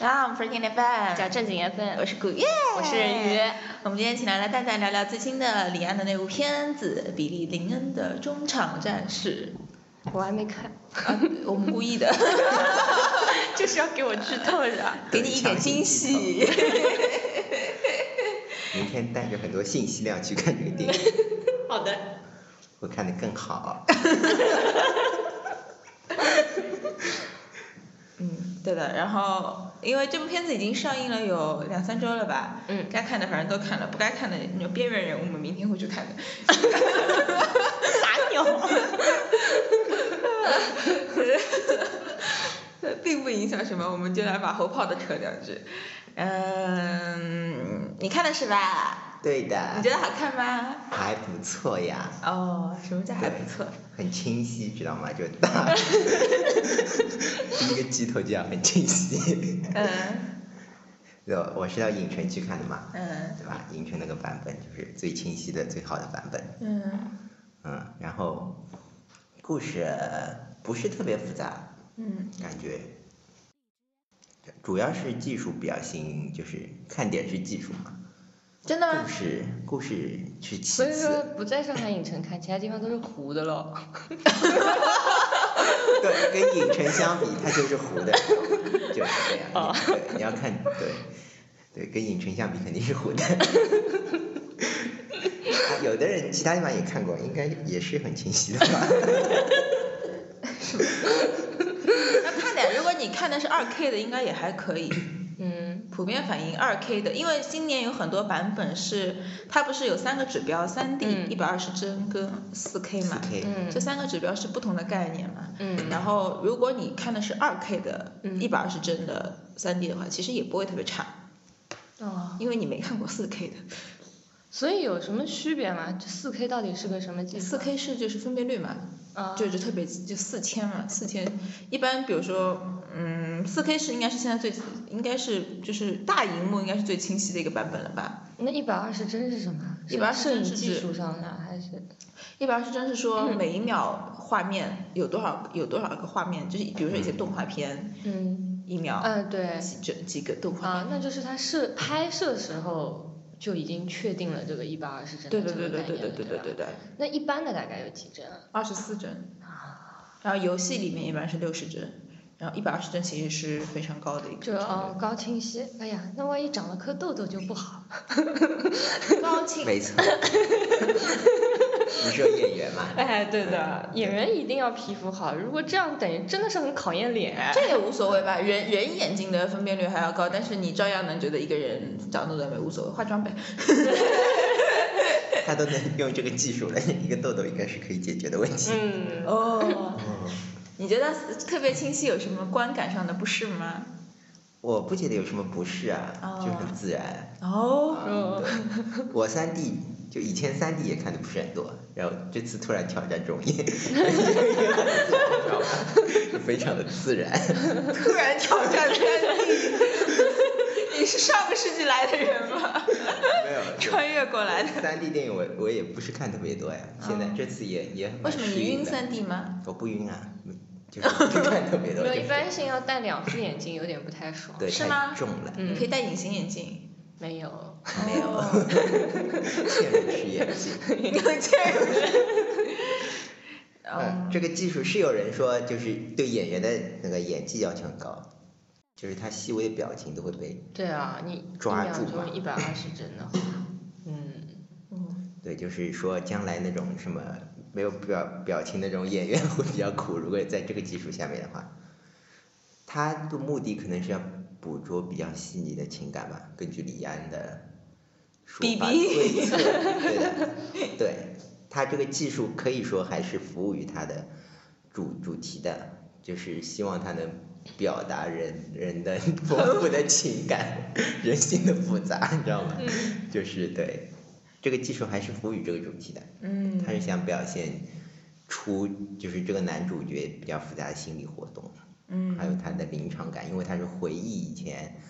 啊，我们 Freaking FM，叫正经 FM，我是古月，我是雨约。我们今天请来了蛋蛋聊聊最新的李安的那部片子《比利林恩的中场战 事》。我还没看，啊，我们故意 的，就是要给我剧透是吧？ 给你一点惊喜。明天带着很多信息量去看这个电 影，好的，会看得更好。啊嗯，对的。然后，因为这部片子已经上映了有两三周了吧？嗯该看的反正都看了，不该看的那种边缘人，我们明天会去看的。傻鸟。呃 并不影响什么，我们就来把后炮的扯两句。嗯，你看的是吧？对你的觉，得好看吗？还不错呀，哦，什么叫还不错？很清晰，知道 吗？就大，第一个剧透就要很清晰。嗯对，我是到影城去看的嘛，嗯对吧？影城那个版本就是最清晰的、最好的版本。嗯嗯，然后故事不是特别复杂，嗯感觉主要是技术比较新，就是看点是技术嘛。真的吗故？事故事是其所以说次，不在上海影城看，其他地方都是糊的喽。对，跟影城相比，它就是糊 的，就是这样。哦对，你要看对对，跟影城相比肯定 是糊的。啊有的人其他地方也看过，应该也是很清晰的吧？ 那看点，如果你看的是二 K 的，应该也还可以。嗯，普遍反映二 K 的，因为今年有很多版本是，它不是有三个指标，三 D、嗯一百二十帧跟四 K 嘛， 4K 嗯这三个指标是不同的概念嘛。嗯然后如果你看的是二 K 的，嗯一百二十帧的三 D 的话，其实也不会特别差，哦，因为你没看过四 K 的。所以有什么区别吗？这四 K 到底是个什么技术？四 K 是就是分辨率嘛，啊，就就特别就四千嘛，四千一般比如说，嗯，四 K 是应该是现在最应该是就是大荧幕应该是最清晰的一个版本了吧？那一百二十帧是什么？是120摄影帧是技术上的还是？一百二十帧是说嗯每一秒画面有多少有多少个画面，就是比如说以前动画片嗯，一秒呃，对，几帧几个动画啊，那就是它摄拍摄时候就已经确定了这个一百二十帧片。的对对这个对对对概念对对了对吧对对，那一般的大概有几帧啊？二十四帧。然后游戏里面一般是六十帧，然后一百二十帧其实是非常高的一个就哦高清晰，哎呀，那万一长了颗痘痘就不好。高嗯清。没错，你是有演员嘛？ 哎，对的，演员一定要皮肤好，如果这样等于真的是很考验脸。这也无所谓吧，人人眼睛的分辨率还要高，但是你照样能觉得一个人长痘痘没无所谓，化妆呗。他都能用这个技术了，一个痘痘应该是可以解决的问题。嗯，哦，嗯， 你觉得特别清晰有什么观感上的不适吗？我不觉得有什么不适啊，哦就是很自然。哦，啊对我三 D 就以前三 D 也看的不是很多，然后这次突然挑战中医，就非常的自 然。突然挑战天地，你 是上个世纪来的人吗？没有穿越过来的。三 D 电影我我也不是看特别多呀，现在这次也也蛮为什么适你应晕的三 D 吗？我不晕啊，就是不看特别多。没有，就一是般性要戴两副眼镜有点不太爽。对是太吗重 了，嗯你可以戴隐形眼镜。没有，没有哦嵌入式眼镜。你 有这样。哎哦嗯，这个技术是有人说就是对演员的那个演技要求很高，就是他细微的表情都会被对啊，你一抓秒住嘛钟一百二十帧的话，嗯，嗯，对，就是说将来那种什么没有表表情那种演员会比较苦，如果在这个技术下面的话，他的目的可能是要捕捉比较细腻的情感吧，根据李安的说法 BB 推测，对的，对他这个技术可以说还是服务于他的主主题的，就是希望他能表达人人的 丰富的情感，人性的复杂，你知道吗？就是对这个技术还是服务于这个主题的，嗯他是想表现出就是这个男主角比较复杂的心理活动，嗯还有他的临场感，因为他是回忆以前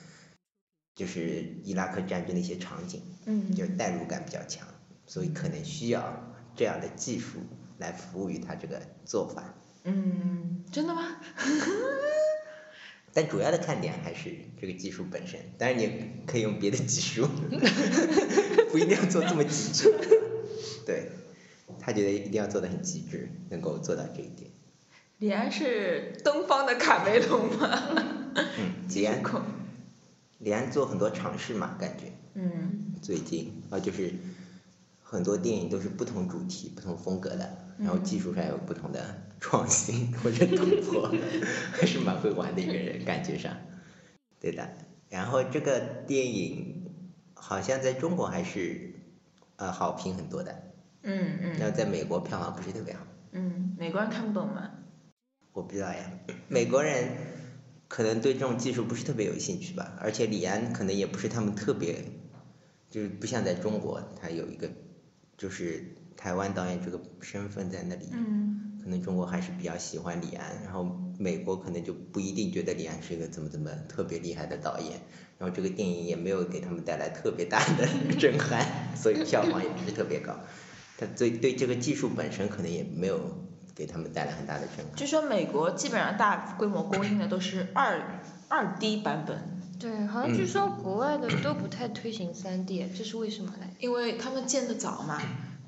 就是伊拉克战争的一些场景，嗯就是代入感比较强，所以可能需要这样的技术来服务于他这个做法。嗯，真的吗？但主要的看点还是这个技术本身，当然你也可以用别的技术， 不一定要做这么极致。对，他觉得一定要做的很极致，能够做到这一点。李安是东方的卡梅隆吗？嗯，李安，李安做很多尝试嘛，感觉 嗯最近啊，就是很多电影都是不同主题、不同风格的，然后技术上有不同的 创新或者突破， 还是蛮会玩的一个人，感觉上。对的，然后这个电影好像在中国还是呃好评很多的，嗯那嗯在美国票房不是特别好。嗯，美国人看不懂吗？我不知道呀，美国人可能对这种技术不是特别有兴趣吧，而且李安可能也不是他们特别，就是不像在中国，他有一个就是台湾导演这个身份在那里，嗯可能中国还是比较喜欢李安，然后美国可能就不一定觉得李安是一个怎么怎么特别厉害的导演，然后这个电影也没有给他们带来特别大的 震撼，所以票房也不是特别高，他对对这个技术本身可能也没有给他们带来很大的震撼。据说美国基本上大规模供应的都是二二 D 版本，对，好像据说国外的都不太推行三 D，这是为什么嘞？因为他们建的早嘛。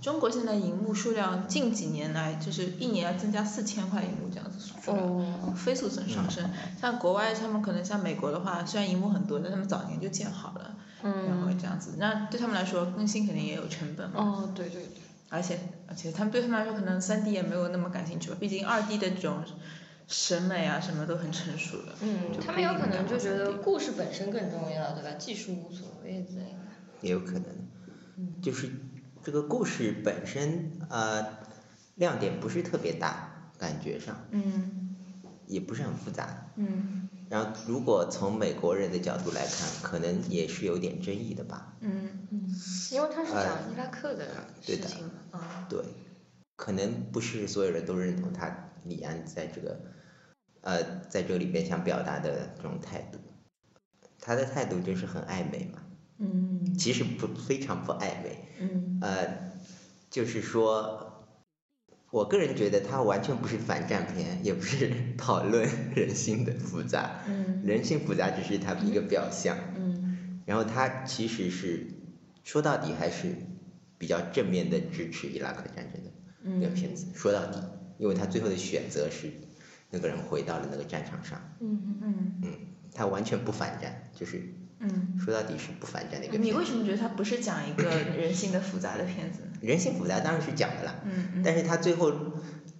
中国现在荧幕数量近几年来就是一年要增加四千块荧幕这样子数量。哦，飞速上上升，像国外他们可能像美国的话，虽然荧幕很多，但他们早年就建好了，然后嗯，这样子，那对他们来说更新肯定也有成本嘛。哦，对对对，而且而且他们对他们来说，可能三 D 也没有那么感兴趣吧，毕竟二 D 的这种审美啊什么都很成熟了。嗯，就他不们一有定可干能嘛三就觉得 D 故事本身更重要，对吧？技术无所谓之类的。嗯也有可能，就是这个故事本身呃亮点不是特别大，感觉上嗯也不是很复杂。嗯然后如果从美国人的角度来看，可能也是有点争议的吧。嗯因为他是哎讲伊拉克的对事的情嘛，啊，对，可能不是所有人都认同他李安在这个呃在这里边想表达的这种态度。他的态度就是很暧昧嘛，嗯其实不非常不暧昧，嗯呃，就是说，我个人觉得它完全不是反战片，也不是 讨论人性的复杂，嗯人性复杂只是它一个表象。嗯然后它其实是说到底还是比较正面的支持伊拉克战争的那个嗯片子。说到底，因为他最后的选择是那个人回到了那个战场上，嗯嗯他完全不反战，就是嗯，说到底是不反战的一个你片为子。什么觉得它不是讲一个人性的复杂的片子呢？人性复杂当然是讲的啦，嗯但是他最后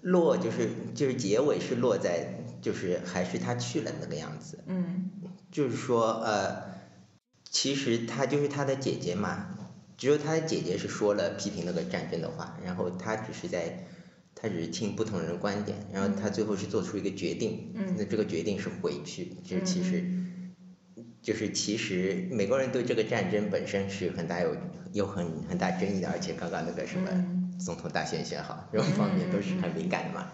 落就是就是结尾是落在就是还是他去了那个样子，嗯就是说呃，其实他就是他的姐姐嘛，只有他的姐姐是说了批评那个战争的话，然后他只是在他只是听不同人的观点，然后他最后是做出一个决定，嗯那这个决定是回去，就是其实。就是其实美国人对这个战争本身是很大有有很很大争议的，而且刚刚那个什么嗯总统大选选好，这 种方面都是很敏感的嘛。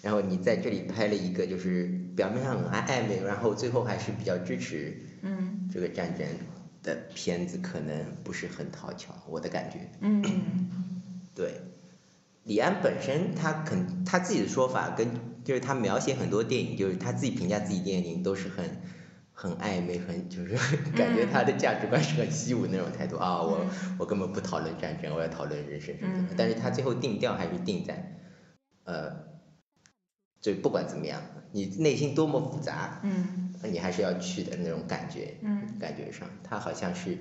然后你在这里拍了一个就是表面上很暧昧，然后最后还是比较支持嗯这个战争的片子，可能不是很讨巧，我的感觉。嗯嗯对，李安本身他肯他自己的说法跟就是他描写很多电影，就是他自己评价自己电影都是很很暧昧，很就是 感觉他的价值观是很虚无那种态度啊、我嗯我根本不讨论战争，我要讨论人生什么什么。但是嗯他最后定调还是定在，呃，就不管怎么样，你内心多么复杂，嗯你还是要去的那种感觉，嗯感觉上他好像是，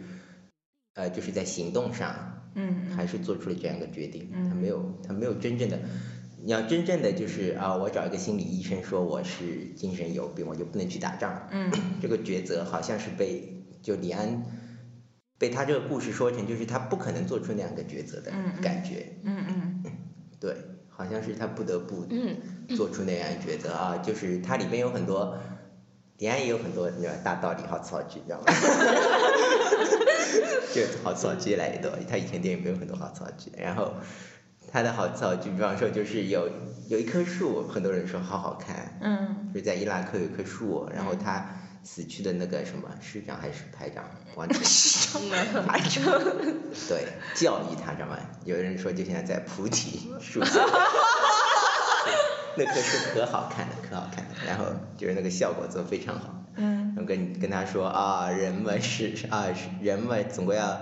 呃，就是在行动上嗯还是做出了这样一个决定，嗯他没有他没有真正的，你要真正的就是啊，我找一个心理医生说我是精神有病，我就不能去打仗，嗯这个抉择好像是被就李安被他这个故事说成就是他不可能做出那样一个抉择的嗯嗯感觉，嗯对，好像是他不得不嗯做出那样一个抉择啊，就是它里面有很多。李安也有很多你知道大道理好草句，你知道吗？ 就好草句越来越多，他以前电影没有很多好草句，然后他的好草句，比方说就是有有一棵树，很多人说好好看，嗯就是在伊拉克有一棵树，然后他死去的那个什么师长还是排长，忘记了嗯，对，教育他，知道吗？有人说就现在在菩提树下， 那棵树可好看了，可好看了，然后就是那个效果做得非常好，嗯然后跟跟他说啊，人们是啊，人们总归要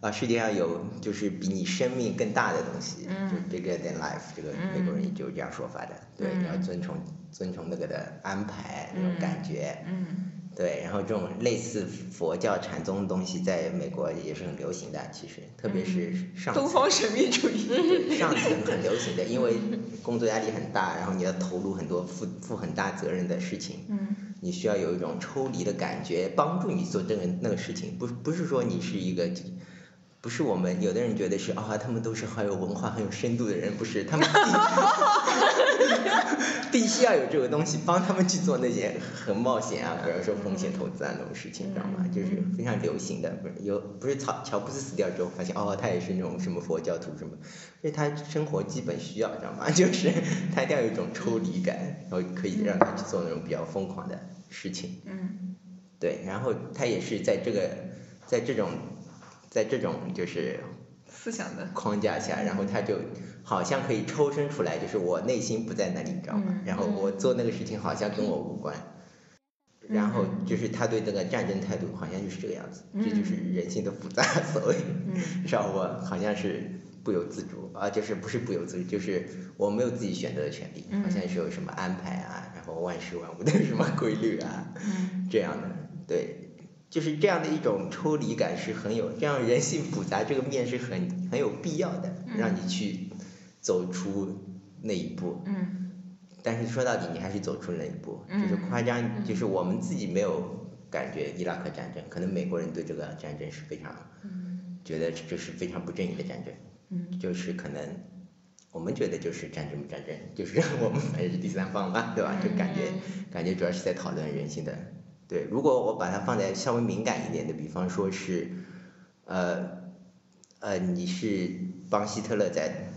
啊，世界上有就是比你生命更大的东西，嗯就 bigger than life，这个美国人也就是这样说法的，对，你要嗯遵从遵从那个的安排那种嗯感觉，嗯对，然后这种类似佛教禅宗的东西在美国也是很流行的，其实特别是上 嗯东层方神秘主义，上层很流行的，因为工作压力很大，然后你要投入很多负负很大责任的事情，嗯你需要有一种抽离的感觉，帮助你做这个那个事情，不不是说你是一个。不是我们有的人觉得是啊、他们都是很有文化、很有深度的人，不是他们 必须要有这个东西帮他们去做那些很冒险啊，比如说风险投资啊那种事情，知道吗？就是非常流行的，不是有不是乔乔布斯死掉之后发现哦，他也是那种什么佛教徒什么，因为他生活基本需要，知道吗？ 就是他一定要有一种抽离感，然后可以让他去做那种比较疯狂的事情。嗯对，然后他也是在这个，在这种，在这种就是思想的，框架下，然后他就好像可以抽身出来，就是我内心不在那里，你知道吗？嗯嗯然后我做那个事情好像跟我无关，然后就是他对那个战争态度好像就是这个样子，这就是嗯人性的复杂，所谓 让我好像是不由自主啊，就是不是不由自主，就是我没有自己选择的权利，好像是有什么安排啊，然后万事万物都有什么规律啊，这样的，对，就是这样的一种抽离感是很有，这样人性复杂这个面是很很有必要的，让你去走出那一步。嗯但是说到底，你还是走出了那一步，嗯就是夸张，就是我们自己没有感觉伊拉克战争，可能美国人对这个战争是非常觉得这是非常不正义的战争，嗯就是可能我们觉得就是战争不战争，就是我们 反正是第三方嘛，对吧？就感觉感觉主要是在讨论人性的。对，如果我把它放在稍微敏感一点的，比方说是，呃，呃，你是帮希特勒在，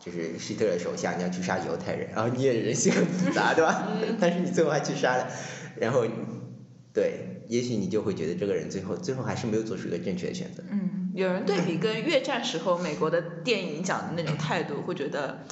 就是希特勒手下，你要去杀犹太人，然后你也人性很复杂，对吧？ 但是你最后还去杀了，然后，对，也许你就会觉得这个人最后最后还是没有做出一个正确的选择。嗯，有人对比跟越战时候美国的电影讲的那种态度，会觉得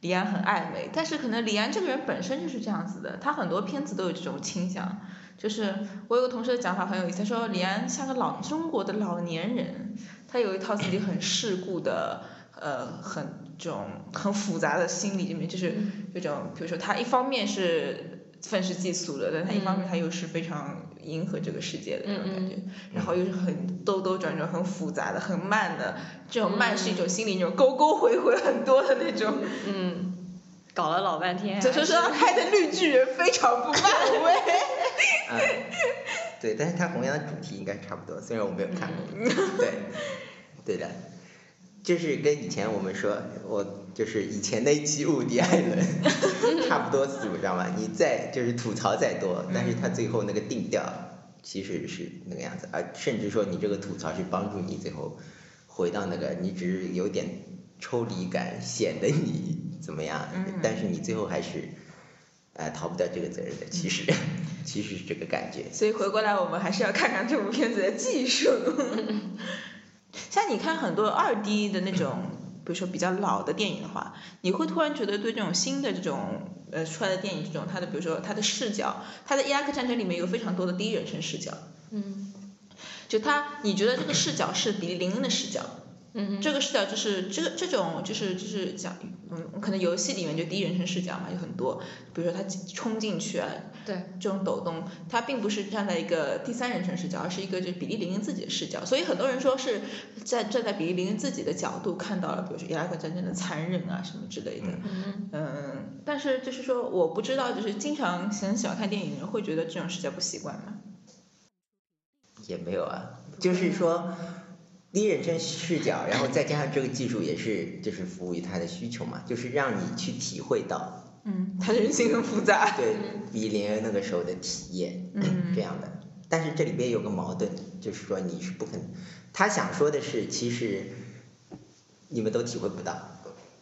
李安很暧昧，但是可能李安这个人本身就是这样子的，他很多片子都有这种倾向。就是我有个同事的讲法很有意思，他说李安像个老中国的老年人，他有一套自己很世故的，呃，很这种很复杂的心理里面，就是这种，比如说他一方面是愤世嫉俗的，但他一方面他又是非常迎合这个世界的那种感觉，然后又是很兜兜转转、很复杂的、很慢的，这种慢是一种心理，那种勾勾回回很多的那种。嗯，搞了老半天，所以说说他拍的《绿巨人》非常不漫威，啊， 对，但是它弘扬的主题应该差不多，虽然我没有看过。对，对的，就是跟以前我们说，我就是以前那一期伍迪·艾伦差不多思路，知道吗？你再就是吐槽再多，但是他最后那个定调其实是那个样子，而甚至说你这个吐槽是帮助你最后回到那个，你只是有点抽离感，显得你怎么样，但是你最后还是。呃，逃不掉这个责任的，其实，其实是这个感觉。所以回过来我们还是要看看这部片子的技术。 像你看很多二 D 的那种，比如说比较老的电影的话，你会突然觉得对这种新的这种呃出来的电影这种，它的比如说它的视角，它的伊拉克战争里面有非常多的第一人称视角，嗯就它你觉得这个视角是比利林恩的视角，嗯这个视角就是这个这种就是就是讲，嗯，可能游戏里面就第一人称视角嘛，有很多，比如说他冲进去啊，对，这种抖动，它并不是站在一个第三人称视角，而是一个就是比利林恩自己的视角。所以很多人说是在站在比利林恩自己的角度看到了，比如说伊拉克战争的残忍啊什么之类的。嗯嗯，但是就是说，我不知道，就是经常很喜欢看电影的人会觉得这种视角不习惯吗？也没有啊，就是说第一人称视角，然后再加上这个技术也是就是服务于他的需求嘛，就是让你去体会到嗯，他人性很复杂。对比林恩那个时候的体验，嗯这样的。但是这里边有个矛盾，就是说你是不可能，他想说的是，其实你们都体会不到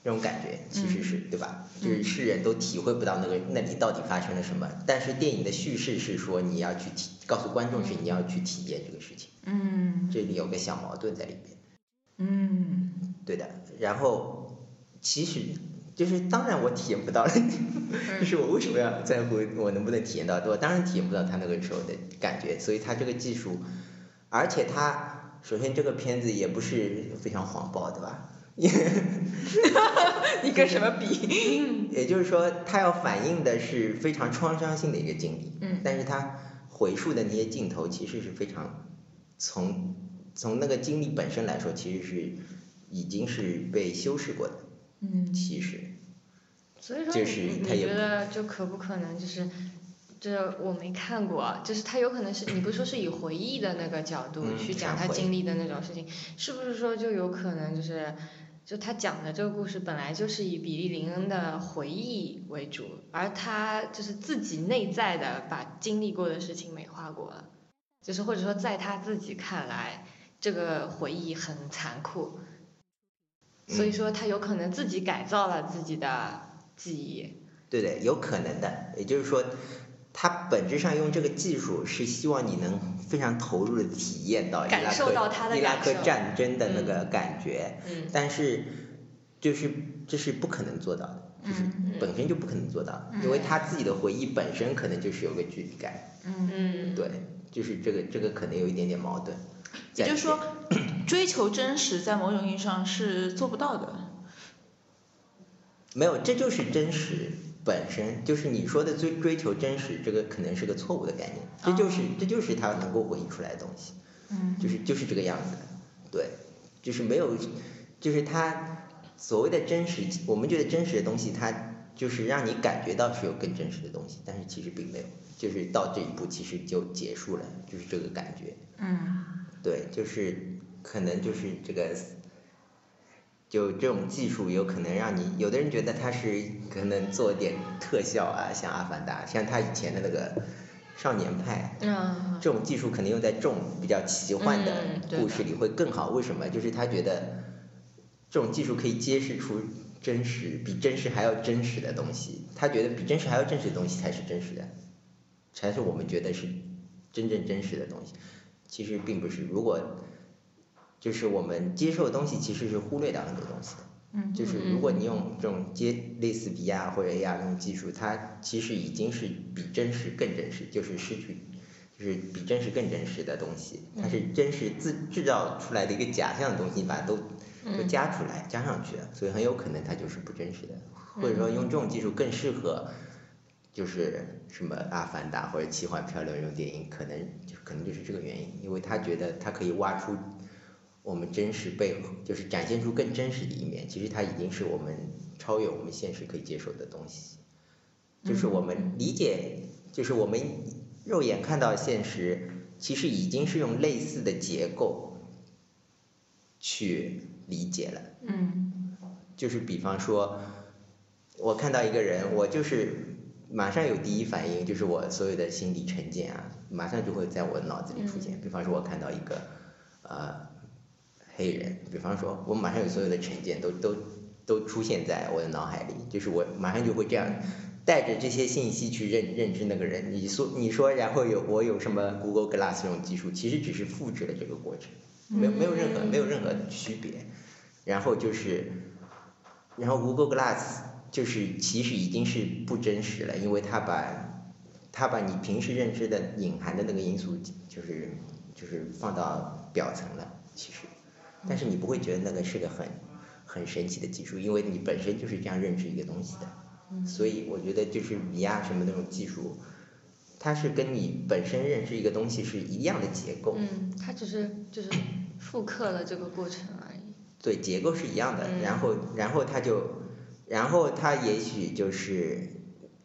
那种感觉，其实是、对吧？就是世人都体会不到那个那里到底发生了什么。但是电影的叙事是说你要去体告诉观众是你要去体验这个事情。嗯这里有个小矛盾在里面，嗯对的。然后其实就是当然我体验不到了， 就嗯是我为什么要在乎我能不能体验到？我当然体验不到他那个时候的感觉，所以他这个技术，而且他首先这个片子也不是非常黄暴，对吧？你跟什么比？也就是说，他要反映的是非常创伤性的一个经历，嗯但是他回溯的那些镜头其实是非常从从那个经历本身来说，其实是已经是被修饰过的，嗯其实，所以说就你，是你他也觉得就可不可能就是，这我没看过啊，就是他有可能是你不是说是以回忆的那个角度嗯去讲忏他悔经历的那种事情，是不是说就有可能就是，就他讲的这个故事本来就是以比利林恩的回忆为主，而他就是自己内在的把经历过的事情美化过了，就是或者说在他自己看来，这个回忆很残酷，所以嗯说他有可能自己改造了自己的记忆。对的，有可能的。也就是说，它本质上用这个技术是希望你能非常投入的体验哦到伊感拉受克到它的伊拉感克受战争的那个感觉，嗯但是就是这是不可能做到的，就是嗯本身就不可能做到的，嗯因为他自己的回忆本身可能就是有个距离感，嗯，嗯，对，就是这个这个可能有一点点矛盾。也就是说在里面，追求真实在某种意义上是做不到的。没有，这就是真实本身，就是你说的追追求真实，这个可能是个错误的概念，这就是、这就是他能够回忆出来的东西。嗯就是就是这个样子的，对，就是没有，就是它所谓的真实，我们觉得真实的东西，它就是让你感觉到是有更真实的东西，但是其实并没有，就是到这一步其实就结束了，就是这个感觉，嗯对，就是可能就是这个，就这种技术有可能让你，有的人觉得它是可能做点特效啊，像《阿凡达》，像他以前的那个少年派，嗯，这种技术肯定用在这种比较奇幻的嗯对的故事里会更好。为什么？就是他觉得这种技术可以揭示出真实，比真实还要真实的东西。他觉得比真实还要真实的东西才是真实的，才是我们觉得是真正真实的东西。其实并不是。如果就是我们接受的东西，其实是忽略掉很多东西的。嗯就是如果你用这种接类似 VR 或者 AR 这种技术，它其实已经是比真实更真实，就是失去，就是比真实更真实的东西，它是嗯真实自制造出来的一个假象的东西，你把它都嗯嗯都加出来加上去了，所以很有可能它就是不真实的，或者说用这种技术更适合。就是什么《阿凡达》或者《奇幻漂流》这种电影，可能就可能就是这个原因，因为他觉得他可以挖出我们真实背后，就是展现出更真实的一面。其实它已经是我们超越我们现实可以接受的东西，就是我们理解，就是我们肉眼看到现实，其实已经是用类似的结构去理解了。嗯就是比方说，我看到一个人，我就是马上有第一反应，就是我所有的心理成见啊，马上就会在我脑子里出现。比方说，我看到一个呃黑人，比方说，我马上有所有的成见都都都出现在我的脑海里，就是我马上就会这样。带着这些信息去认认知那个人，你说你说，然后有我有什么 Google Glass 这种技术，其实只是复制了这个过程，没有嗯没有任何没有任何区别。然后就是，然后 Google Glass 就是其实已经是不真实了，因为它把它把你平时认知的隐含的那个因素，就是就是放到表层了，其实，但是你不会觉得那个是个很很神奇的技术，因为你本身就是这样认知一个东西嗯的，所以我觉得就是 VR 什么那种技术。它是跟你本身认知一个东西是一样的结构，嗯，他只是就是复刻了这个过程而已。对，结构是一样的。嗯然后，然后他就，然后他也许就是，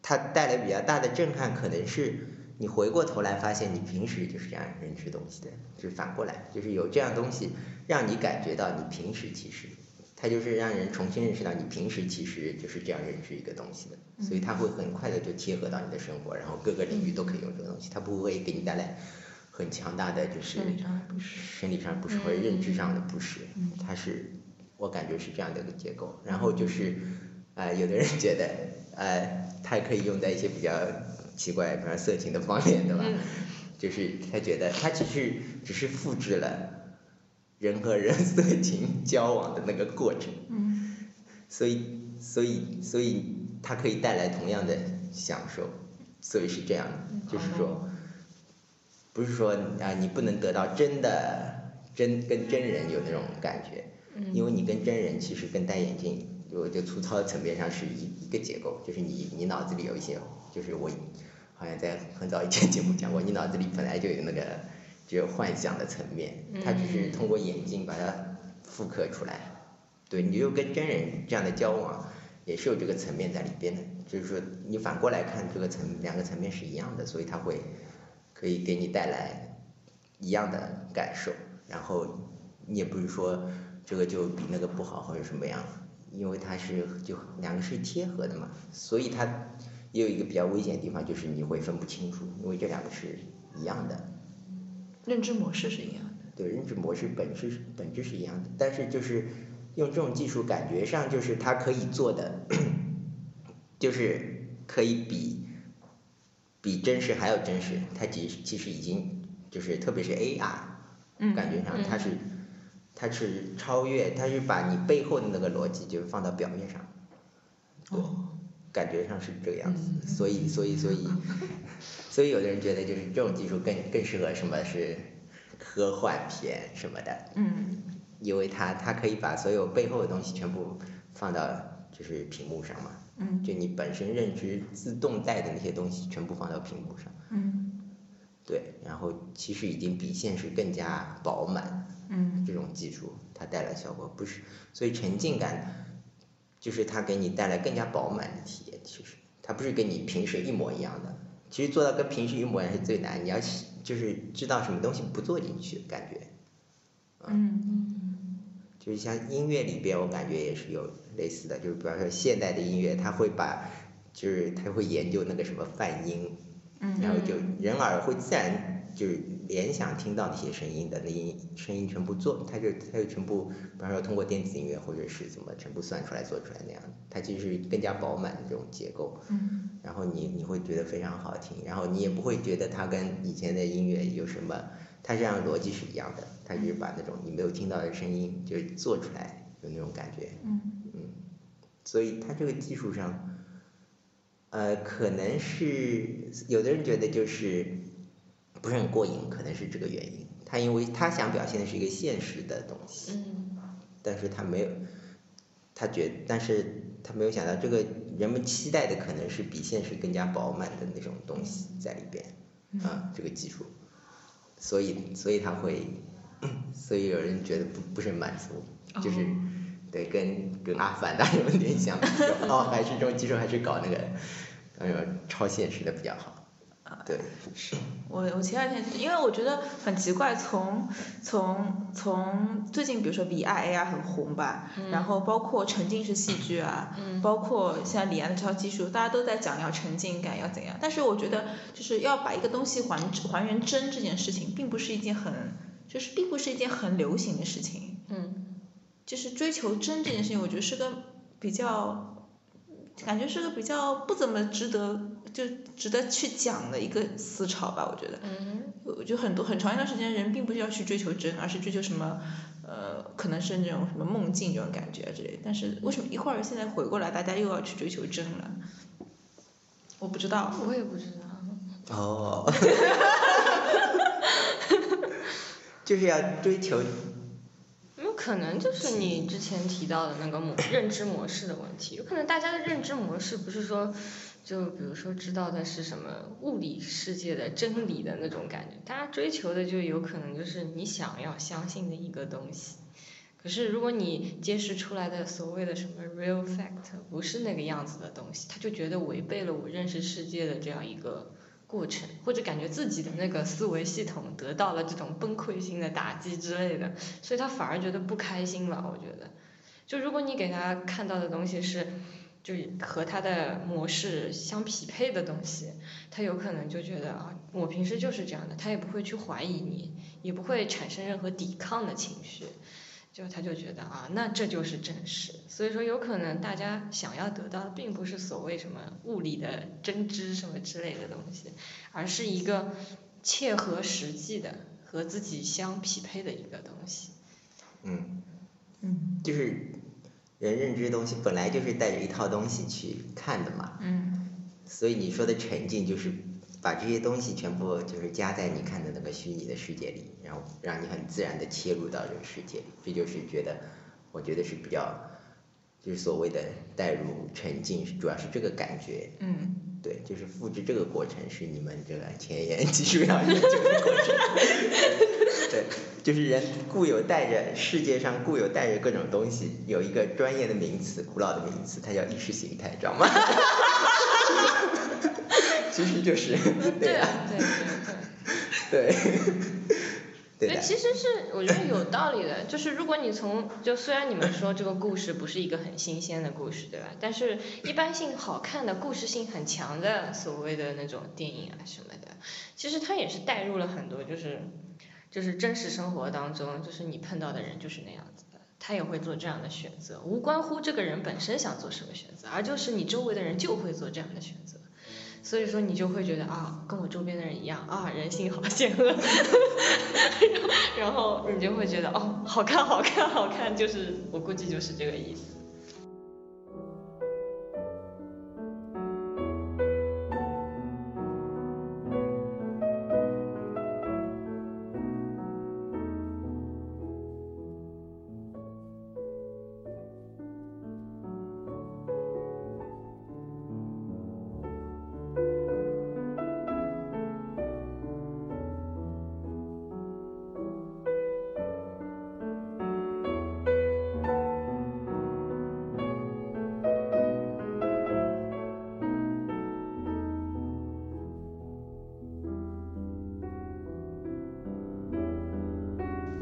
他带来比较大的震撼，可能是你回过头来发现你平时就是这样认知东西的，就是反过来，就是有这样东西让你感觉到你平时其实，它就是让人重新认识到你平时其实就是这样认知一个东西的，所以它会很快的就贴合到你的生活，然后各个领域都可以用这个东西，它不会给你带来很强大的就是生理上不是身体上不适或者认知上的不适，它是我感觉是这样的一个结构。然后就是，呃，有的人觉得，呃，它可以用在一些比较奇怪，比方色情的方面，对吧？嗯就是他觉得他只是只是复制了人和人色情交往的那个过程，嗯所以所以所以它可以带来同样的享受，所以是这样的嗯，就是好说，不是说啊你不能得到真的真跟真人有那种感觉，嗯因为你跟真人其实跟戴眼镜，我就粗糙的层面上是一一个结构，就是你你脑子里有一些，就是我好像在很早以前节目讲过，你脑子里本来就有那个只有幻想的层面，它只是通过眼镜把它复刻出来。对，你就跟真人这样的交往，也是有这个层面在里边的，就是说你反过来看这个层两个层面是一样的，所以它会可以给你带来一样的感受，然后你也不是说这个就比那个不好或者什么样，因为它是就两个是贴合的嘛，所以它也有一个比较危险的地方，就是你会分不清楚，因为这两个是一样的，认知模式是一样的。对，认知模式本质是本质是一样的，但是就是用这种技术，感觉上就是它可以做的，就是可以比比真实还要真实。它其实其实已经就是特别是 AR，嗯感觉上它是、它是超越，它是把你背后的那个逻辑就是放到表面上，对，哦感觉上是这个样子。所以所以所以所以有的人觉得就是这种技术更更适合什么是科幻片什么的。嗯，因为它它可以把所有背后的东西全部放到就是屏幕上嘛，嗯就你本身认知自动带的那些东西全部放到屏幕上，嗯对，然后其实已经比现实更加饱满，嗯这种技术它带来的效果不是，所以沉浸感就是它给你带来更加饱满的体验，其实它不是跟你平时一模一样的，其实做到跟平时一模一样是最难，你要就是知道什么东西不做进去，感觉。嗯就是像音乐里边，我感觉也是有类似的，就是比方说现代的音乐，它会把，就是它会研究那个什么泛音，嗯然后就人耳会自然就是联想听到那些声音的那音声音全部做，它就它就全部，比方说通过电子音乐或者是怎么全部算出来做出来那样，它其实更加饱满的这种结构，嗯然后你你会觉得非常好听，然后你也不会觉得它跟以前的音乐有什么，它这样逻辑是一样的，它就是把那种你没有听到的声音就是做出来，有那种感觉，嗯所以它这个技术上，呃，可能是有的人觉得就是不是很过瘾，可能是这个原因，他因为他想表现的是一个现实的东西，嗯但是他没有，他觉，但是他没有想到这个人们期待的可能是比现实更加饱满的那种东西在里边，嗯啊，这个技术，所以所以他会， 所以有人觉得不不是很满足，就是。对，跟跟阿凡达 有点像，哦，还是这种技术还是搞那个，呃，超现实的比较好。对，我我前两天，因为我觉得很奇怪，从从从最近比如说 VR AR 很红吧，然后包括沉浸式戏剧啊，嗯包括现在李安的这套技术，大家都在讲要沉浸感要怎样，但是我觉得就是要把一个东西还还原真这件事情，并不是一件很就是并不是一件很流行的事情，嗯就是追求真这件事情，我觉得是个比较感觉是个比较不怎么值得就值得去讲的一个思潮吧，我觉得。嗯我就很多很长一段时间，人并不是要去追求真，而是追求什么，呃，可能是那种什么梦境这种感觉之类。但是为什么一会儿现在回过来，大家又要去追求真了？我不知道，我也不知道。哦， 就是要追求，有可能就是你之前提到的那个模认知模式的问题，有可能大家的认知模式不是说，就比如说知道的是什么物理世界的真理的那种感觉，大家追求的就有可能就是你想要相信的一个东西。可是如果你揭示出来的所谓的什么 real fact 不是那个样子的东西，他就觉得违背了我认识世界的这样一个过程，或者感觉自己的那个思维系统得到了这种崩溃性的打击之类的。所以他反而觉得不开心了。我觉得，就如果你给他看到的东西是，就是和他的模式相匹配的东西，他有可能就觉得啊，我平时就是这样的，他也不会去怀疑你，也不会产生任何抵抗的情绪。就他就觉得啊，那这就是真实，所以说有可能大家想要得到的并不是所谓什么物理的真知什么之类的东西，而是一个切合实际的和自己相匹配的一个东西。嗯，嗯就是人认知的东西本来就是带着一套东西去看的嘛，嗯所以你说的沉浸就是把这些东西全部就是加在你看的那个虚拟的世界里，然后让你很自然的切入到这个世界里，这就是觉得我觉得是比较就是所谓的带入沉浸，主要是这个感觉。嗯，对，就是复制这个过程是你们这个前沿技术要研究的过程。 对，就是人固有带着世界上固有带着各种东西，有一个专业的名词，古老的名词，它叫意识形态，知道吗？ 其实就是对对啊，对对对。对， 对对，的，其实是我觉得有道理 的，就是如果你从就虽然你们说这个故事不是一个很新鲜的故事，对吧？但是一般性好看的、故事性很强的所谓的那种电影啊什么的，其实它也是带入了很多就是就是真实生活当中，就是你碰到的人就是那样子的，他也会做这样的选择，无关乎这个人本身想做什么选择，而就是你周围的人就会做这样的选择。所以说你就会觉得啊，跟我周边的人一样啊，人性好 险恶，然后你就会觉得哦，好看，好看，好看，就是我估计就是这个意思。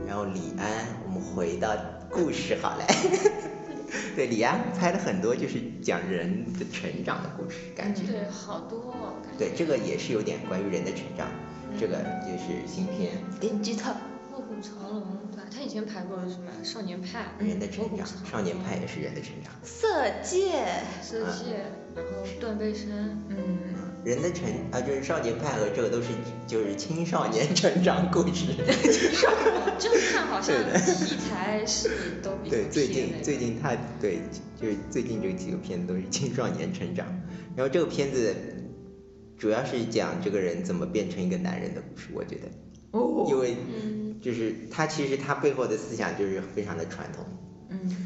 然后李安，我们回到故事好 嘞。对，李安拍了很多就是讲人的成长的故事，感觉。对，好多、哦，感觉嗯对，这个也是有点关于人的成长，这个就是新片《电击特》 《卧虎藏龙》对吧？他以前拍过什么《少年派》人的嗯成长，《少年派》也是人的成长。色戒，色戒，嗯然后断背山，嗯，人的成啊，就是少年派和这个都是就是青少年成长故事。这么呃看好像题材是都比较对，最偏近那最个近他对就是最近这几个片子都是青少年成长，然后这个片子主要是讲这个人怎么变成一个男人的故事，我觉得，因哦，为嗯就是他其实他背后的思想就是非常的传统，嗯，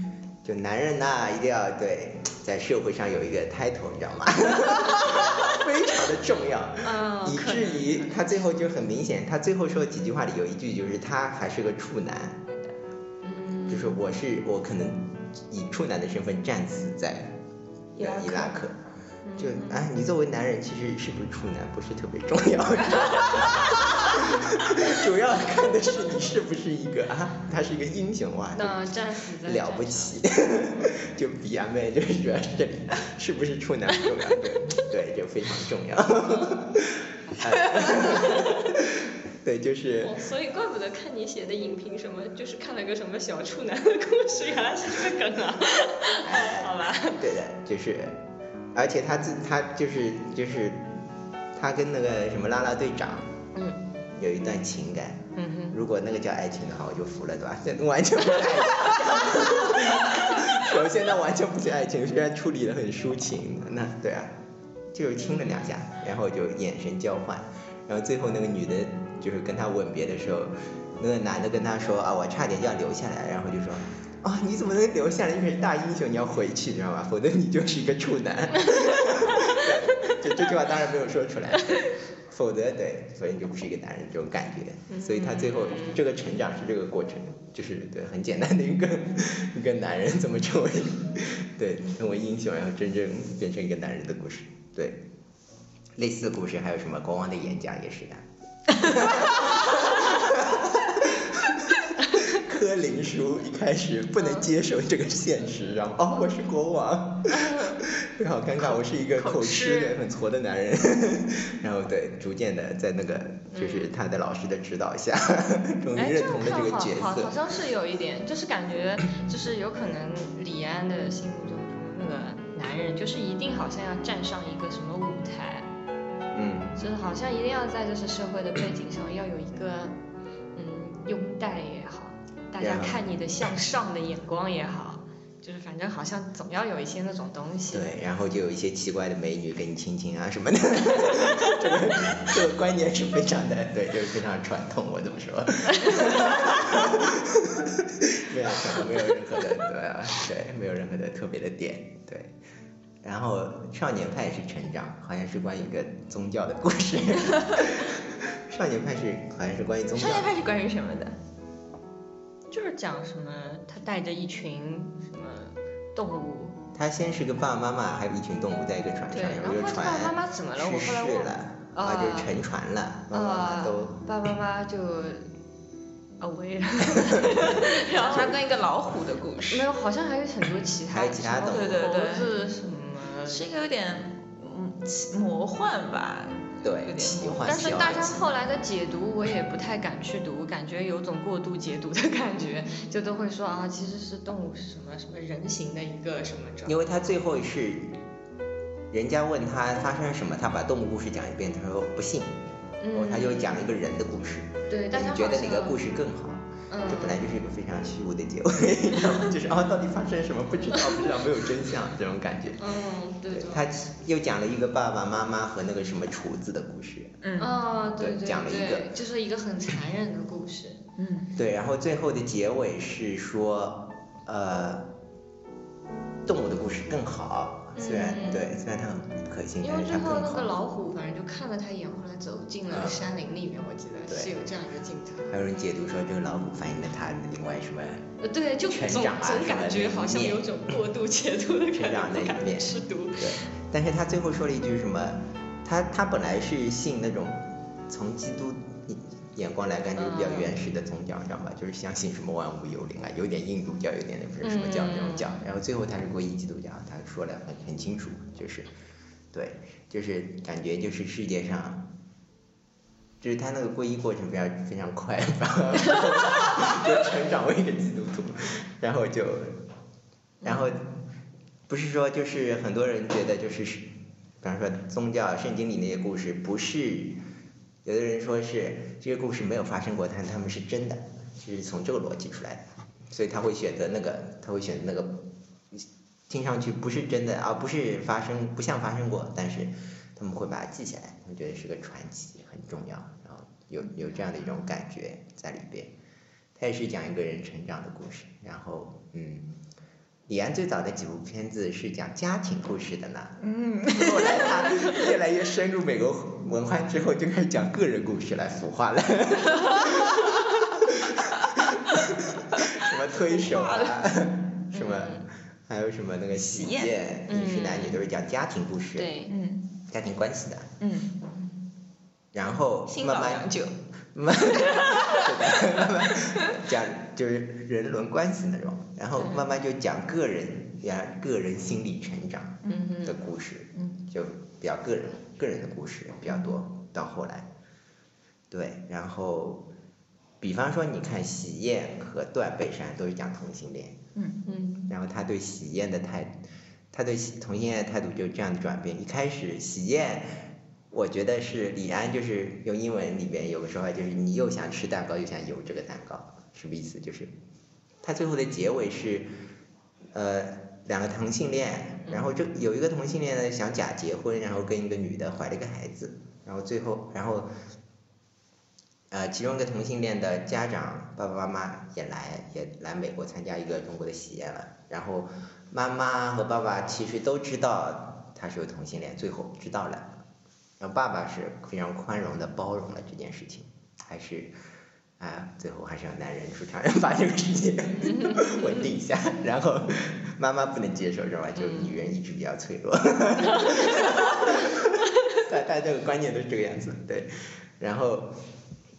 就男人呐、一定要对在社会上有一个 title，你知道吗？ 非常的重要，啊，以可至能于他最后就很明显，他最后说几句话里有一句就是他还是个处男，嗯就是我是我可能以处男的身份战死在伊拉克伊拉克，就嗯哎，你作为男人其实是不是处男不是特别重要， 主要看的是你是不是一个啊，他是一个英雄啊，那战死在了不战场起， 就比安妹就是主要是这里是不是处男重要，对对，这非常重要。 对，就是哦，所以怪不得看你写的影评什么，就是看了个什么小处男的故事，原来是这个梗啊！ 哎哦，好吧，对的，就是，而且他自他就是就是他跟那个什么啦啦队长嗯有一段情感，嗯哼，如果那个叫爱情的话，我就服了，对吧？ 这完全不是爱情。 首先，那完全不是爱情，虽然处理的很抒情，那对啊，就是亲了两下，然后就眼神交换，然后最后那个女的，就是跟他吻别的时候，那个男的跟她说啊，我差点要留下来，然后就说。啊、你怎么能留下来？因为大英雄，你要回去，知道吧？否则你就是一个处男。就这句话当然没有说出来，否则对，否则你就不是一个男人这种感觉。所以他最后这个成长是这个过程，就是对很简单的一个 一个男人怎么成为对成为英雄，然后真正变成一个男人的故事。对，类似的故事还有什么？国王的演讲也是的。 柯林叔一开始不能接受这个现实，然后哦，我是国王，对， 好尴尬，我是一个口口吃吃的很挫的男人， 然后对，逐渐的在那个就是他的老师的指导下， 终嗯于哎，认样同了看这个好角好好色，像是有一点，就是感觉就是有可能李安的心目中中那个男人，就是一定好像要站上一个什么舞台，嗯，就是好像一定要在就是社会的背景上要有一个嗯拥戴也好，大家对啊看你的向上的眼光也好，就是反正好像总要有一些那种东西。对，然后就有一些奇怪的美女给你亲亲啊什么的， 这个这个观念是非常的，对，就是非常传统，我怎么说？没有传统，没有任何的对、啊、对，没有任何的特别的点，对。然后少年派是成长，好像是关于一个宗教的故事。 少年派是好像是关于宗教少。年派是关于什么的？就是讲什么，他带着一群什么动物，他先是个爸爸妈妈，还有一群动物在一个船上，对然后这然后个他船爸爸妈妈怎么了我失后来事问了，啊啊就是沉船了，爸爸妈妈呃都，爸爸妈妈 就啊我也然后它跟一个老虎的故事 没，有，好像还有很多其他还有其他什么动物对对对猴子什么，是一个有点嗯奇魔幻吧，有对点奇啊幻但是小大的家后来的解读我也不太敢去读，感觉有种过度解读的感觉，就都会说啊，其实是动物是什么什么人形的一个什么状态。因为他最后是，人家问他发生了什么，他把动物故事讲一遍，他说不信，然后嗯，他就讲一个人的故事，对，大家你觉得哪个故事？事更好？嗯，这本来就是一个非常虚无的结尾， 然后就是哦，到底发生什么不知道，不知道没有真相这种感觉。嗯，对对对。他又讲了一个爸爸妈妈和那个什么厨子的故事，嗯哦，对对对讲了一个对，就是一个很残忍的故事。嗯，对，然后最后的结尾是说，呃，动物的故事更好，虽然、嗯对，虽然它很不可信，因但为是最它后更那个好。老虎反正就看了他一眼，后来走进啊了山林里面，我记得对是有这样一个镜头。还有人解读说，这个老虎反映了他另外 什么呃，对，就成总长啊总什么感觉的好一像面有种过度 解读的成感觉，长的不一敢面，去读。对，但是他最后说了一句什么？他他本来是信那种从基督眼光来看就是比较嗯原始的宗教，你知道吧？就是相信什么万物有灵啊，有点印度教，有点那什么教这种教。然后最后他是皈依基督教，他说的很很清楚，就是对，就是感觉就是世界上。就是他那个皈依过程非常非常快，然后 就成长为一个基督徒，然后就，然后不是说就是很多人觉得就是是，比方说宗教圣经里那些故事不是，有的人说是这些故事没有发生过，但他们是真的，就是从这个逻辑出来的，所以他会选择那个，他会选择那个，听上去不是真的，而、不是发生，不像发生过，但是他们会把它记下来，他们觉得是个传奇，很重要，然后有有这样的一种感觉在里边。他也是讲一个人成长的故事，然后嗯，李安最早的几部片子是讲家庭故事的呢，嗯， 后来他越来越深入美国文化之后，就开始讲个人故事来腐化了，什么推手啊，什么还有什么那个喜喜宴宴，饮食男女都是讲家庭故事，对，嗯家庭关系的，嗯，然后新慢老慢洋酒，慢慢对的慢慢讲就是人伦关系那种，然后慢慢就讲个人呀个人心理成长嗯哼的故事，嗯就比较个人个人的故事比较多。到后来，对，然后比方说你看《喜宴》和《断背山》都是讲同性恋， 嗯然后他对喜宴的态，他对喜同性恋的态度就这样的转变。一开始喜宴，我觉得是李安就是用英文里面有个说法，就是你又想吃蛋糕又想有这个蛋糕，什么意思？就是他最后的结尾是，呃，两个同性恋，然后这有一个同性恋呢想假结婚，然后跟一个女的怀了一个孩子，然后最后然后。呃，其中一个同性恋的家长爸爸妈妈也来也来美国参加一个中国的喜宴了，然后妈妈和爸爸其实都知道他是个同性恋，最后知道了，然后爸爸是非常宽容的包容了这件事情，还是啊、最后还是让男人出场 把这个世界 稳定一下，然后妈妈不能接受是吧？就女人意志比较脆弱， 大大家这个观念都是这个样子，对，然后。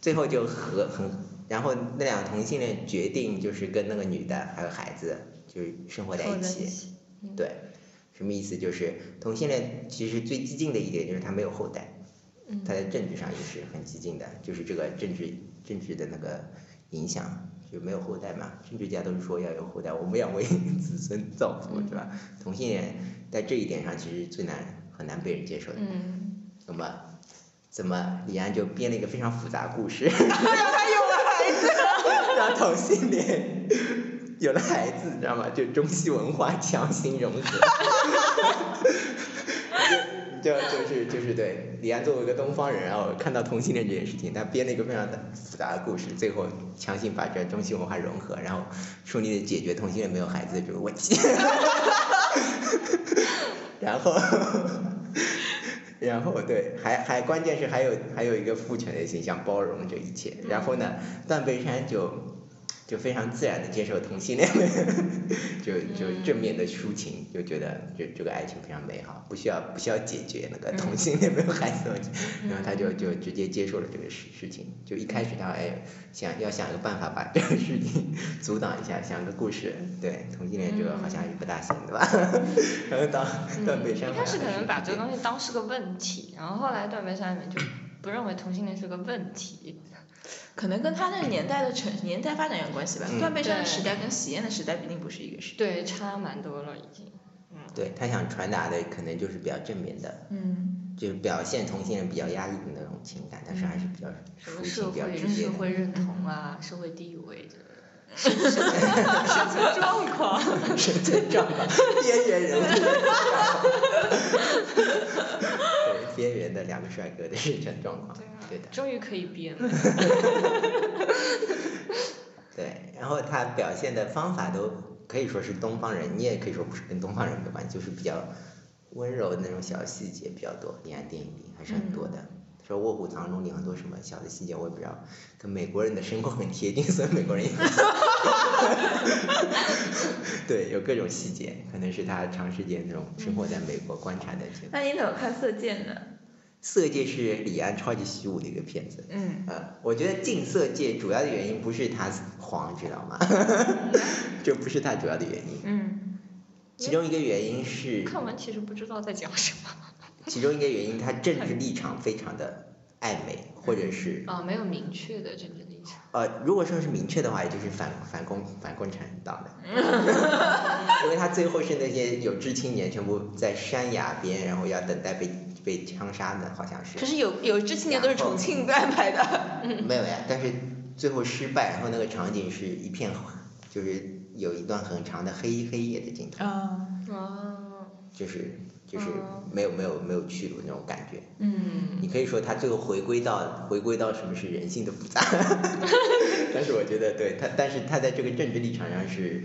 最后就和很，然后那两个同性恋决定就是跟那个女的还有孩子就是生活在一凑在一起，对，什么意思？就是同性恋其实最激进的一点就是他没有后代，嗯他在政治上也是很激进的，就是这个政治政治的那个影响。就没有后代嘛？政治家都是说要有后代，我们要为 子孙造福，对吧？同性恋在这一点上其实最难很难被人接受的。嗯，那么，怎么李安就编了一个非 哎常复杂故事，还有了孩子，让同性恋有的孩子你知道吗？就中西文化强行融合， 就就是就是对李安作为一个东方人，然后看到同性恋这件事情，他编了一个非常复杂的故事，最后强行把这中西文化融合，然后顺利的解决同性恋没有孩子的这个问题， 然后。然后对，还还关键是还有还有一个父权的形象包容这一切。然后呢，段北山就就非常自然的 接受同性恋，就就正面的抒情，就觉得这这个爱情非常美好，不需要不需要解决那个同性恋没有孩子的问题。然嗯后他就就直接接受了这个事事情。就一开始他哎想要想一个办法把这个事情 阻挡一下，想个故事。对，同性恋这个好像也不大行，对吧？ 然后到段北山嗯一好开始像可还是能把这这个样东西当是个问题，然后后来段北山里面就不认为同性恋是个问题。可能跟他那个年代的成年代发展有关系吧。嗯断背山的对时代跟喜宴的时代毕竟不是一个时代。对，差蛮多了已经。对他想传达的可能就是比较正面的，嗯，就是表现同性恋比较压抑的那种情感，但是还是比较什么抒社情、比较会直接社的。嗯会认同啊，社会地位之类的。 社会状况，神经障吧， 边缘人 物的成长。对，边缘的两个帅哥的日常状况。啊对的，终于可以编了。对。然后他表现的方法都可以说是东方人，你也可以说不是跟东方人有关系，就是比较温柔的那种小细节比较多。你看电影里还是很多的。说《卧虎藏龙》里很多什么小的细节我也不知道，跟美国人的生活很贴近，所以美国人也 对有各种细节，可能是他长时间那种生活在美国观察的结果。那你怎么看《色戒》呢？色戒是李安超级虚无的一个片子。嗯，呃，我觉得进色戒主要的原因不是他黄，知道吗？嗯 这不是他主要的原因。嗯，其中一个原因是，看完其实不知道在讲什么。其中一个原因他政治立场非常的暧昧，或者是啊，没有明确的政治立场。呃，如果说是明确的话，也就是反反共反共产党 的，因为他最后是那些有志青年全部在山崖边，然后要等待被被枪杀的，好像是。可是有有知青年都是重庆安排的。没有呀，但是最后失败，然后那个场景是一片，就是有一段很长的黑黑夜的镜头，啊，啊，就是就是哦没有没有没有去路那种感觉。嗯，你可以说他最后回归到回归到什么是人性的复杂，但是我觉得对他，但是他在这个政治立场上是，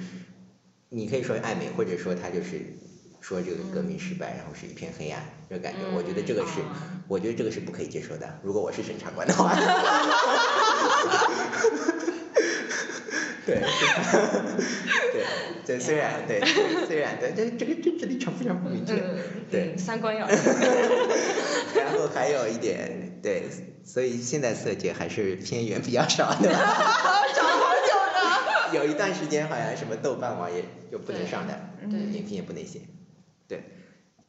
你可以说暧昧，或者说他就是说这个革命失败，然后是一片黑暗，这感觉，我觉得这个是，我觉得这个是不可以接受的。如果我是审查官的话，对，对，对，虽然对，虽然对，这这个政治立场非常不明确，对。嗯，三观要然后还有一点，对，所以现在色戒还是偏远比较少 的。找好久呢。有一段时间好像什么豆瓣网也就不能上的，嗯对影评也不能写，对。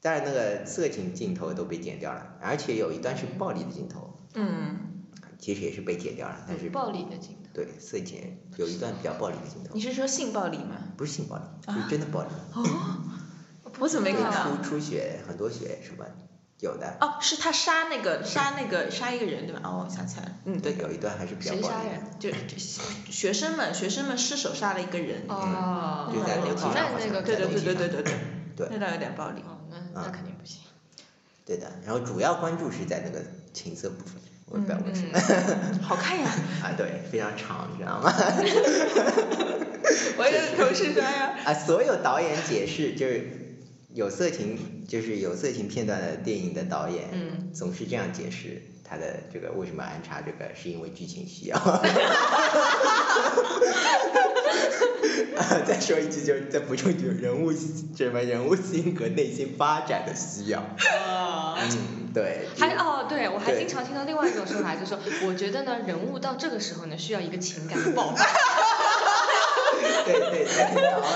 当然那个色情镜头都被剪掉了，而且有一段是暴力的镜头，嗯，其实也是被剪掉了，但是暴力的镜头。对色情有一段比较暴力的镜头你，是说性暴力吗？不是性暴力，是真的暴力，哦 我啊怎么没对看到？出出血很多血什么有的，哦，是他杀那个杀那个杀一个人对吧？哦，我想起来了，嗯，对，有一段还是比较谁暴杀力人的。？就就学生们学生们失手杀了一个人。哦，就在那楼梯上，那好那像个对在对楼对梯对上对对对，对那倒有点暴力。哦，那那肯定不行。对的，然后主要关注是在那个情色部分，我也不知道为什嗯么、好看呀！啊，对，非常长，你知道吗？ 我有同事说哎呀，啊，所有导演解释就是有色情，就是有色情片段的电影的导演，嗯总是这样解释他的这个为什么安插这个，是因为剧情需要。 啊，再说一句，就是再补充一句，人物什么人物性格、内心发展的需要。嗯，对。还哦，对我还对经常听到另外一种说法，就是说，我觉得呢，人物到这个时候呢，需要一个情感爆发。对对对，然后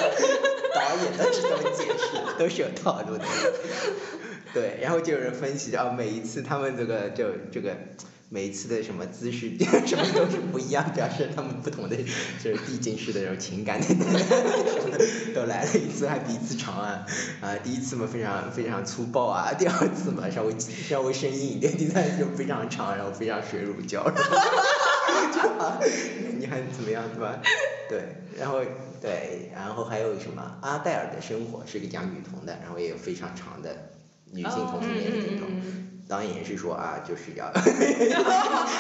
导演都是这么解释，都是有套路的。对，然后就有人分析，啊，每一次他们这个就这个。每一次的什么姿势 什么都是不一样，表示他们不同的就是递进式的这种情感都来了一次还比一次长啊啊！第一次嘛非常非常粗暴啊，第二次嘛稍微稍微生硬一点，第三次就非常 长，然后非常水乳交融。你还怎么样对吧？对，然后对，然后还有什么阿黛尔的生活是个讲女童的，然后也有非常长的女性同哦性恋的嗯这种。导演也是说啊，就是要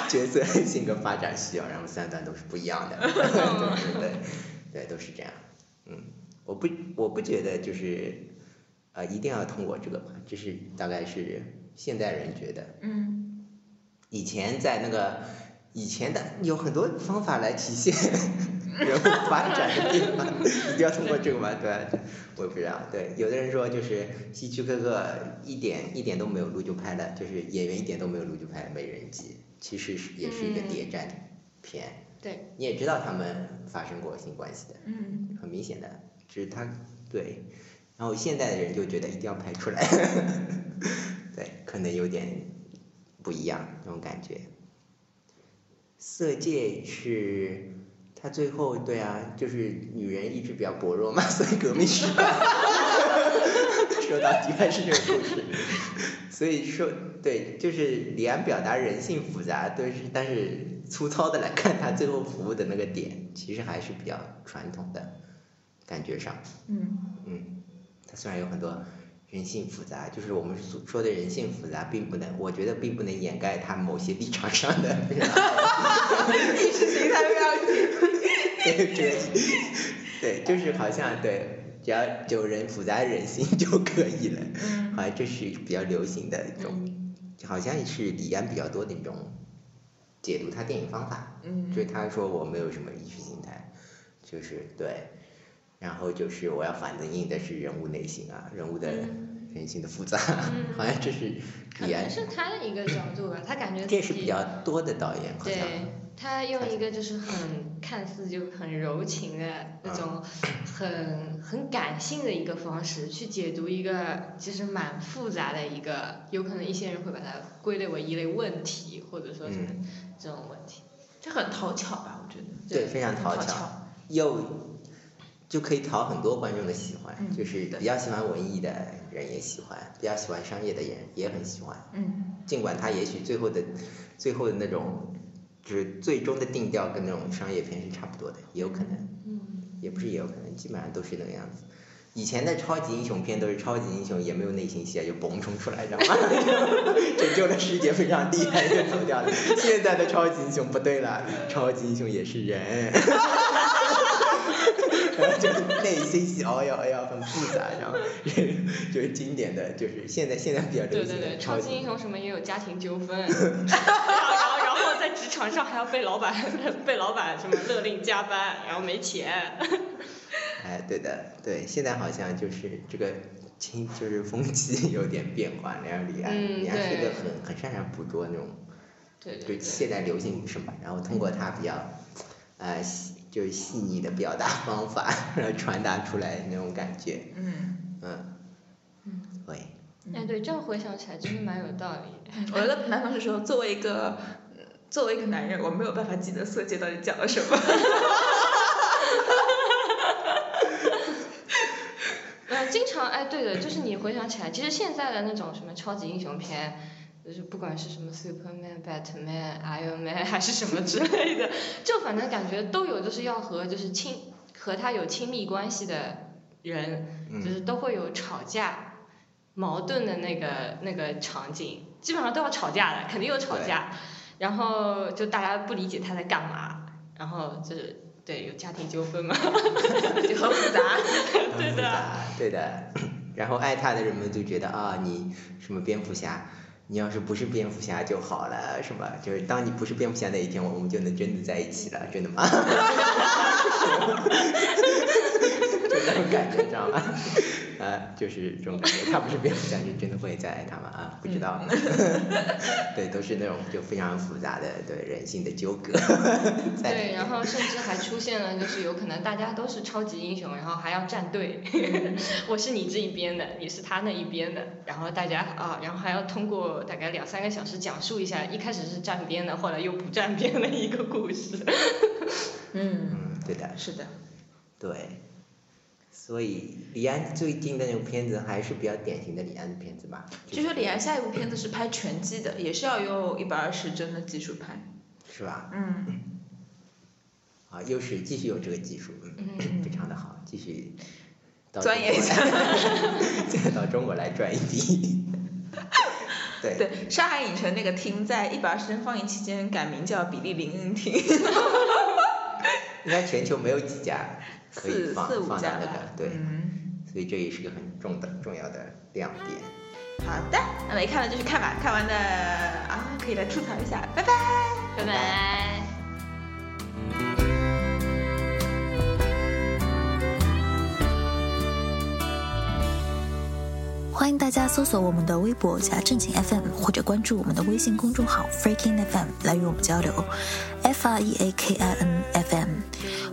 角色性格发展需要，然后三段都是不一样的，嗯 对对对，对都是这样。嗯，我不我不觉得就是呃一定要通过这个吧，这是大概是现代人觉得，嗯，以前在那个以前的有很多方法来体现 人物发展的地方，一定要通过这个吗？对吧，我也不知道。对，有的人说就是希区柯克一点一点都没有录就拍了，就是演员一点都没有录就拍了《美人计》，其实是也是一个谍战片。对，你也知道他们发生过性关系的，嗯，很明显的，只是他对，然后现在的人就觉得一定要拍出来， 对，可能有点不一样那种感觉。色戒是，他最后对啊，就是女人意志比较薄弱嘛，所以革命失败。 说到底还是这个故事，所以说对，就是李安表达人性复杂，都是但是粗糙的来看，他最后服务的那个点，其实还是比较传统的，感觉上。嗯，嗯，它虽然有很多人性复杂，就是我们所说的人性复杂，并不能，我觉得并不能掩盖它某些立场上的意识形态标题，对对 对，就是好像对，只要有人复杂人性就可以了，嗯好像这是比较流行的一种，嗯好像是李安比较多的一种解读他电影方法，嗯就是他说我没有什么意识形态，就是对。然后就是我要反映的是人物内心啊，人物的人性的复杂，好像这是嗯可李安能，是他的一个角度吧，他感觉自己这是比较多的导演好像，对他用一个就是很看似就很柔情的那种嗯很很感性的一个方式去解读一个其实蛮复杂的一个，有可能一些人会把它归类为一类问题，或者说是嗯这种问题。这很讨巧吧？我觉得，对，非常很讨巧，巧，又就可以讨很多观众的喜欢，嗯就是对比较喜欢文艺的人也喜欢，比较喜欢商业的人也很喜欢。嗯尽管他也许最后的最后的那种，就是最终的定调跟那种商业片是差不多的，也有可能，嗯，也不是也有可能，基本上都是那个样子。以前的超级英雄片都是超级英雄也没有内心戏啊，就嘣冲出来，然后 拯救了世界，非常厉害就走掉了。现在的超级英雄不对了，超级英雄也是人， 然后就内心戏，哎呀哎呀，很复杂，然后 就是经典的，就是现在现在比较流对行对的对，超级级英雄什么也有家庭纠 纷，然后然后然后在职场上还要被老板 被老板什么勒令加班，然后没钱。哎，对的，对，现在好像就是这个情，就是风气 有点变化，然后李安，嗯李安是一个对很很擅长捕捉那种对对对现代流行什么，然后通过他比较，呃，细就是细腻的表达方法，然后传达出来那种感觉，嗯，嗯，嗯，对，哎，对，这样回想起来真的蛮有道理的。我的男同事说，作为一个作为一个男人，我没有办法记得色戒到底讲了什么。呃，经常哎，对的，就是你回想起来，其实现在的那种什么超级英雄片，就是不管是什么 Superman、Batman、Iron Man 还是什么之类的，就反正感觉都有，就是要和就是亲和他有亲密关系的人，就嗯，是都会有吵架、矛盾的那个那个场景，基本上都要吵架的，肯定有吵架，然后就大家不理解他在干嘛，然后就是对有家庭纠纷嘛， 就很复杂，对 很复的。杂，对的， 然后爱他的人们就觉得啊，你什么蝙蝠侠。你要是不是蝙蝠侠就好了，是吧？就是当你不是蝙蝠侠那一天，我们就能真的在一起了，真的吗？ 就那种感觉，知道吗？ 呃，就是这种感觉。他不是蝙蝠侠，就真的会再爱他吗？啊，不知道。嗯 对，都是那种就非常复杂的对人性的纠葛 在里对，面。然后甚至还出现了，就是有可能大家都是超级英雄，然后还要站队，嗯 我是你这一边的，你是他那一边的，然后大家啊，然后还要通过大概两三个小时讲述一下，一开始是站边的，后来又不站边的一个故事。嗯，嗯，对的，是的，对。所以李安最近的那种片子还是比较典型的李安的片子吧。据说李安下一部片子是拍拳击的，也是要用一百二十帧的技术拍。是吧？嗯，啊，又是继续有这个技术，嗯，非常的好，继续到钻研一下中国来，再到中国 来赚一笔。对，对，上海影城那个厅在一百二十帧放映期间改名叫比利林恩厅，应该全球没有几家可以四放四五放家到吧那个，，对，嗯，所以这也是个很重的重要的亮点。好的，那没看的就去看吧，看完的啊可以来吐槽一下，拜拜。拜拜。欢迎大家搜索我们的微博加正经 FM，或者关注我们的微信公众号 Freaking FM 来与我们交流。F R E A K I N F M，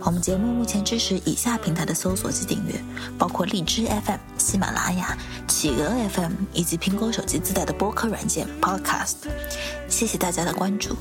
我们节目目前支持以下平台的搜索及订阅，包括荔枝 FM、喜马拉雅、企鹅 FM 以及苹果手机自带的播客软件 Podcast。谢谢大家的关注。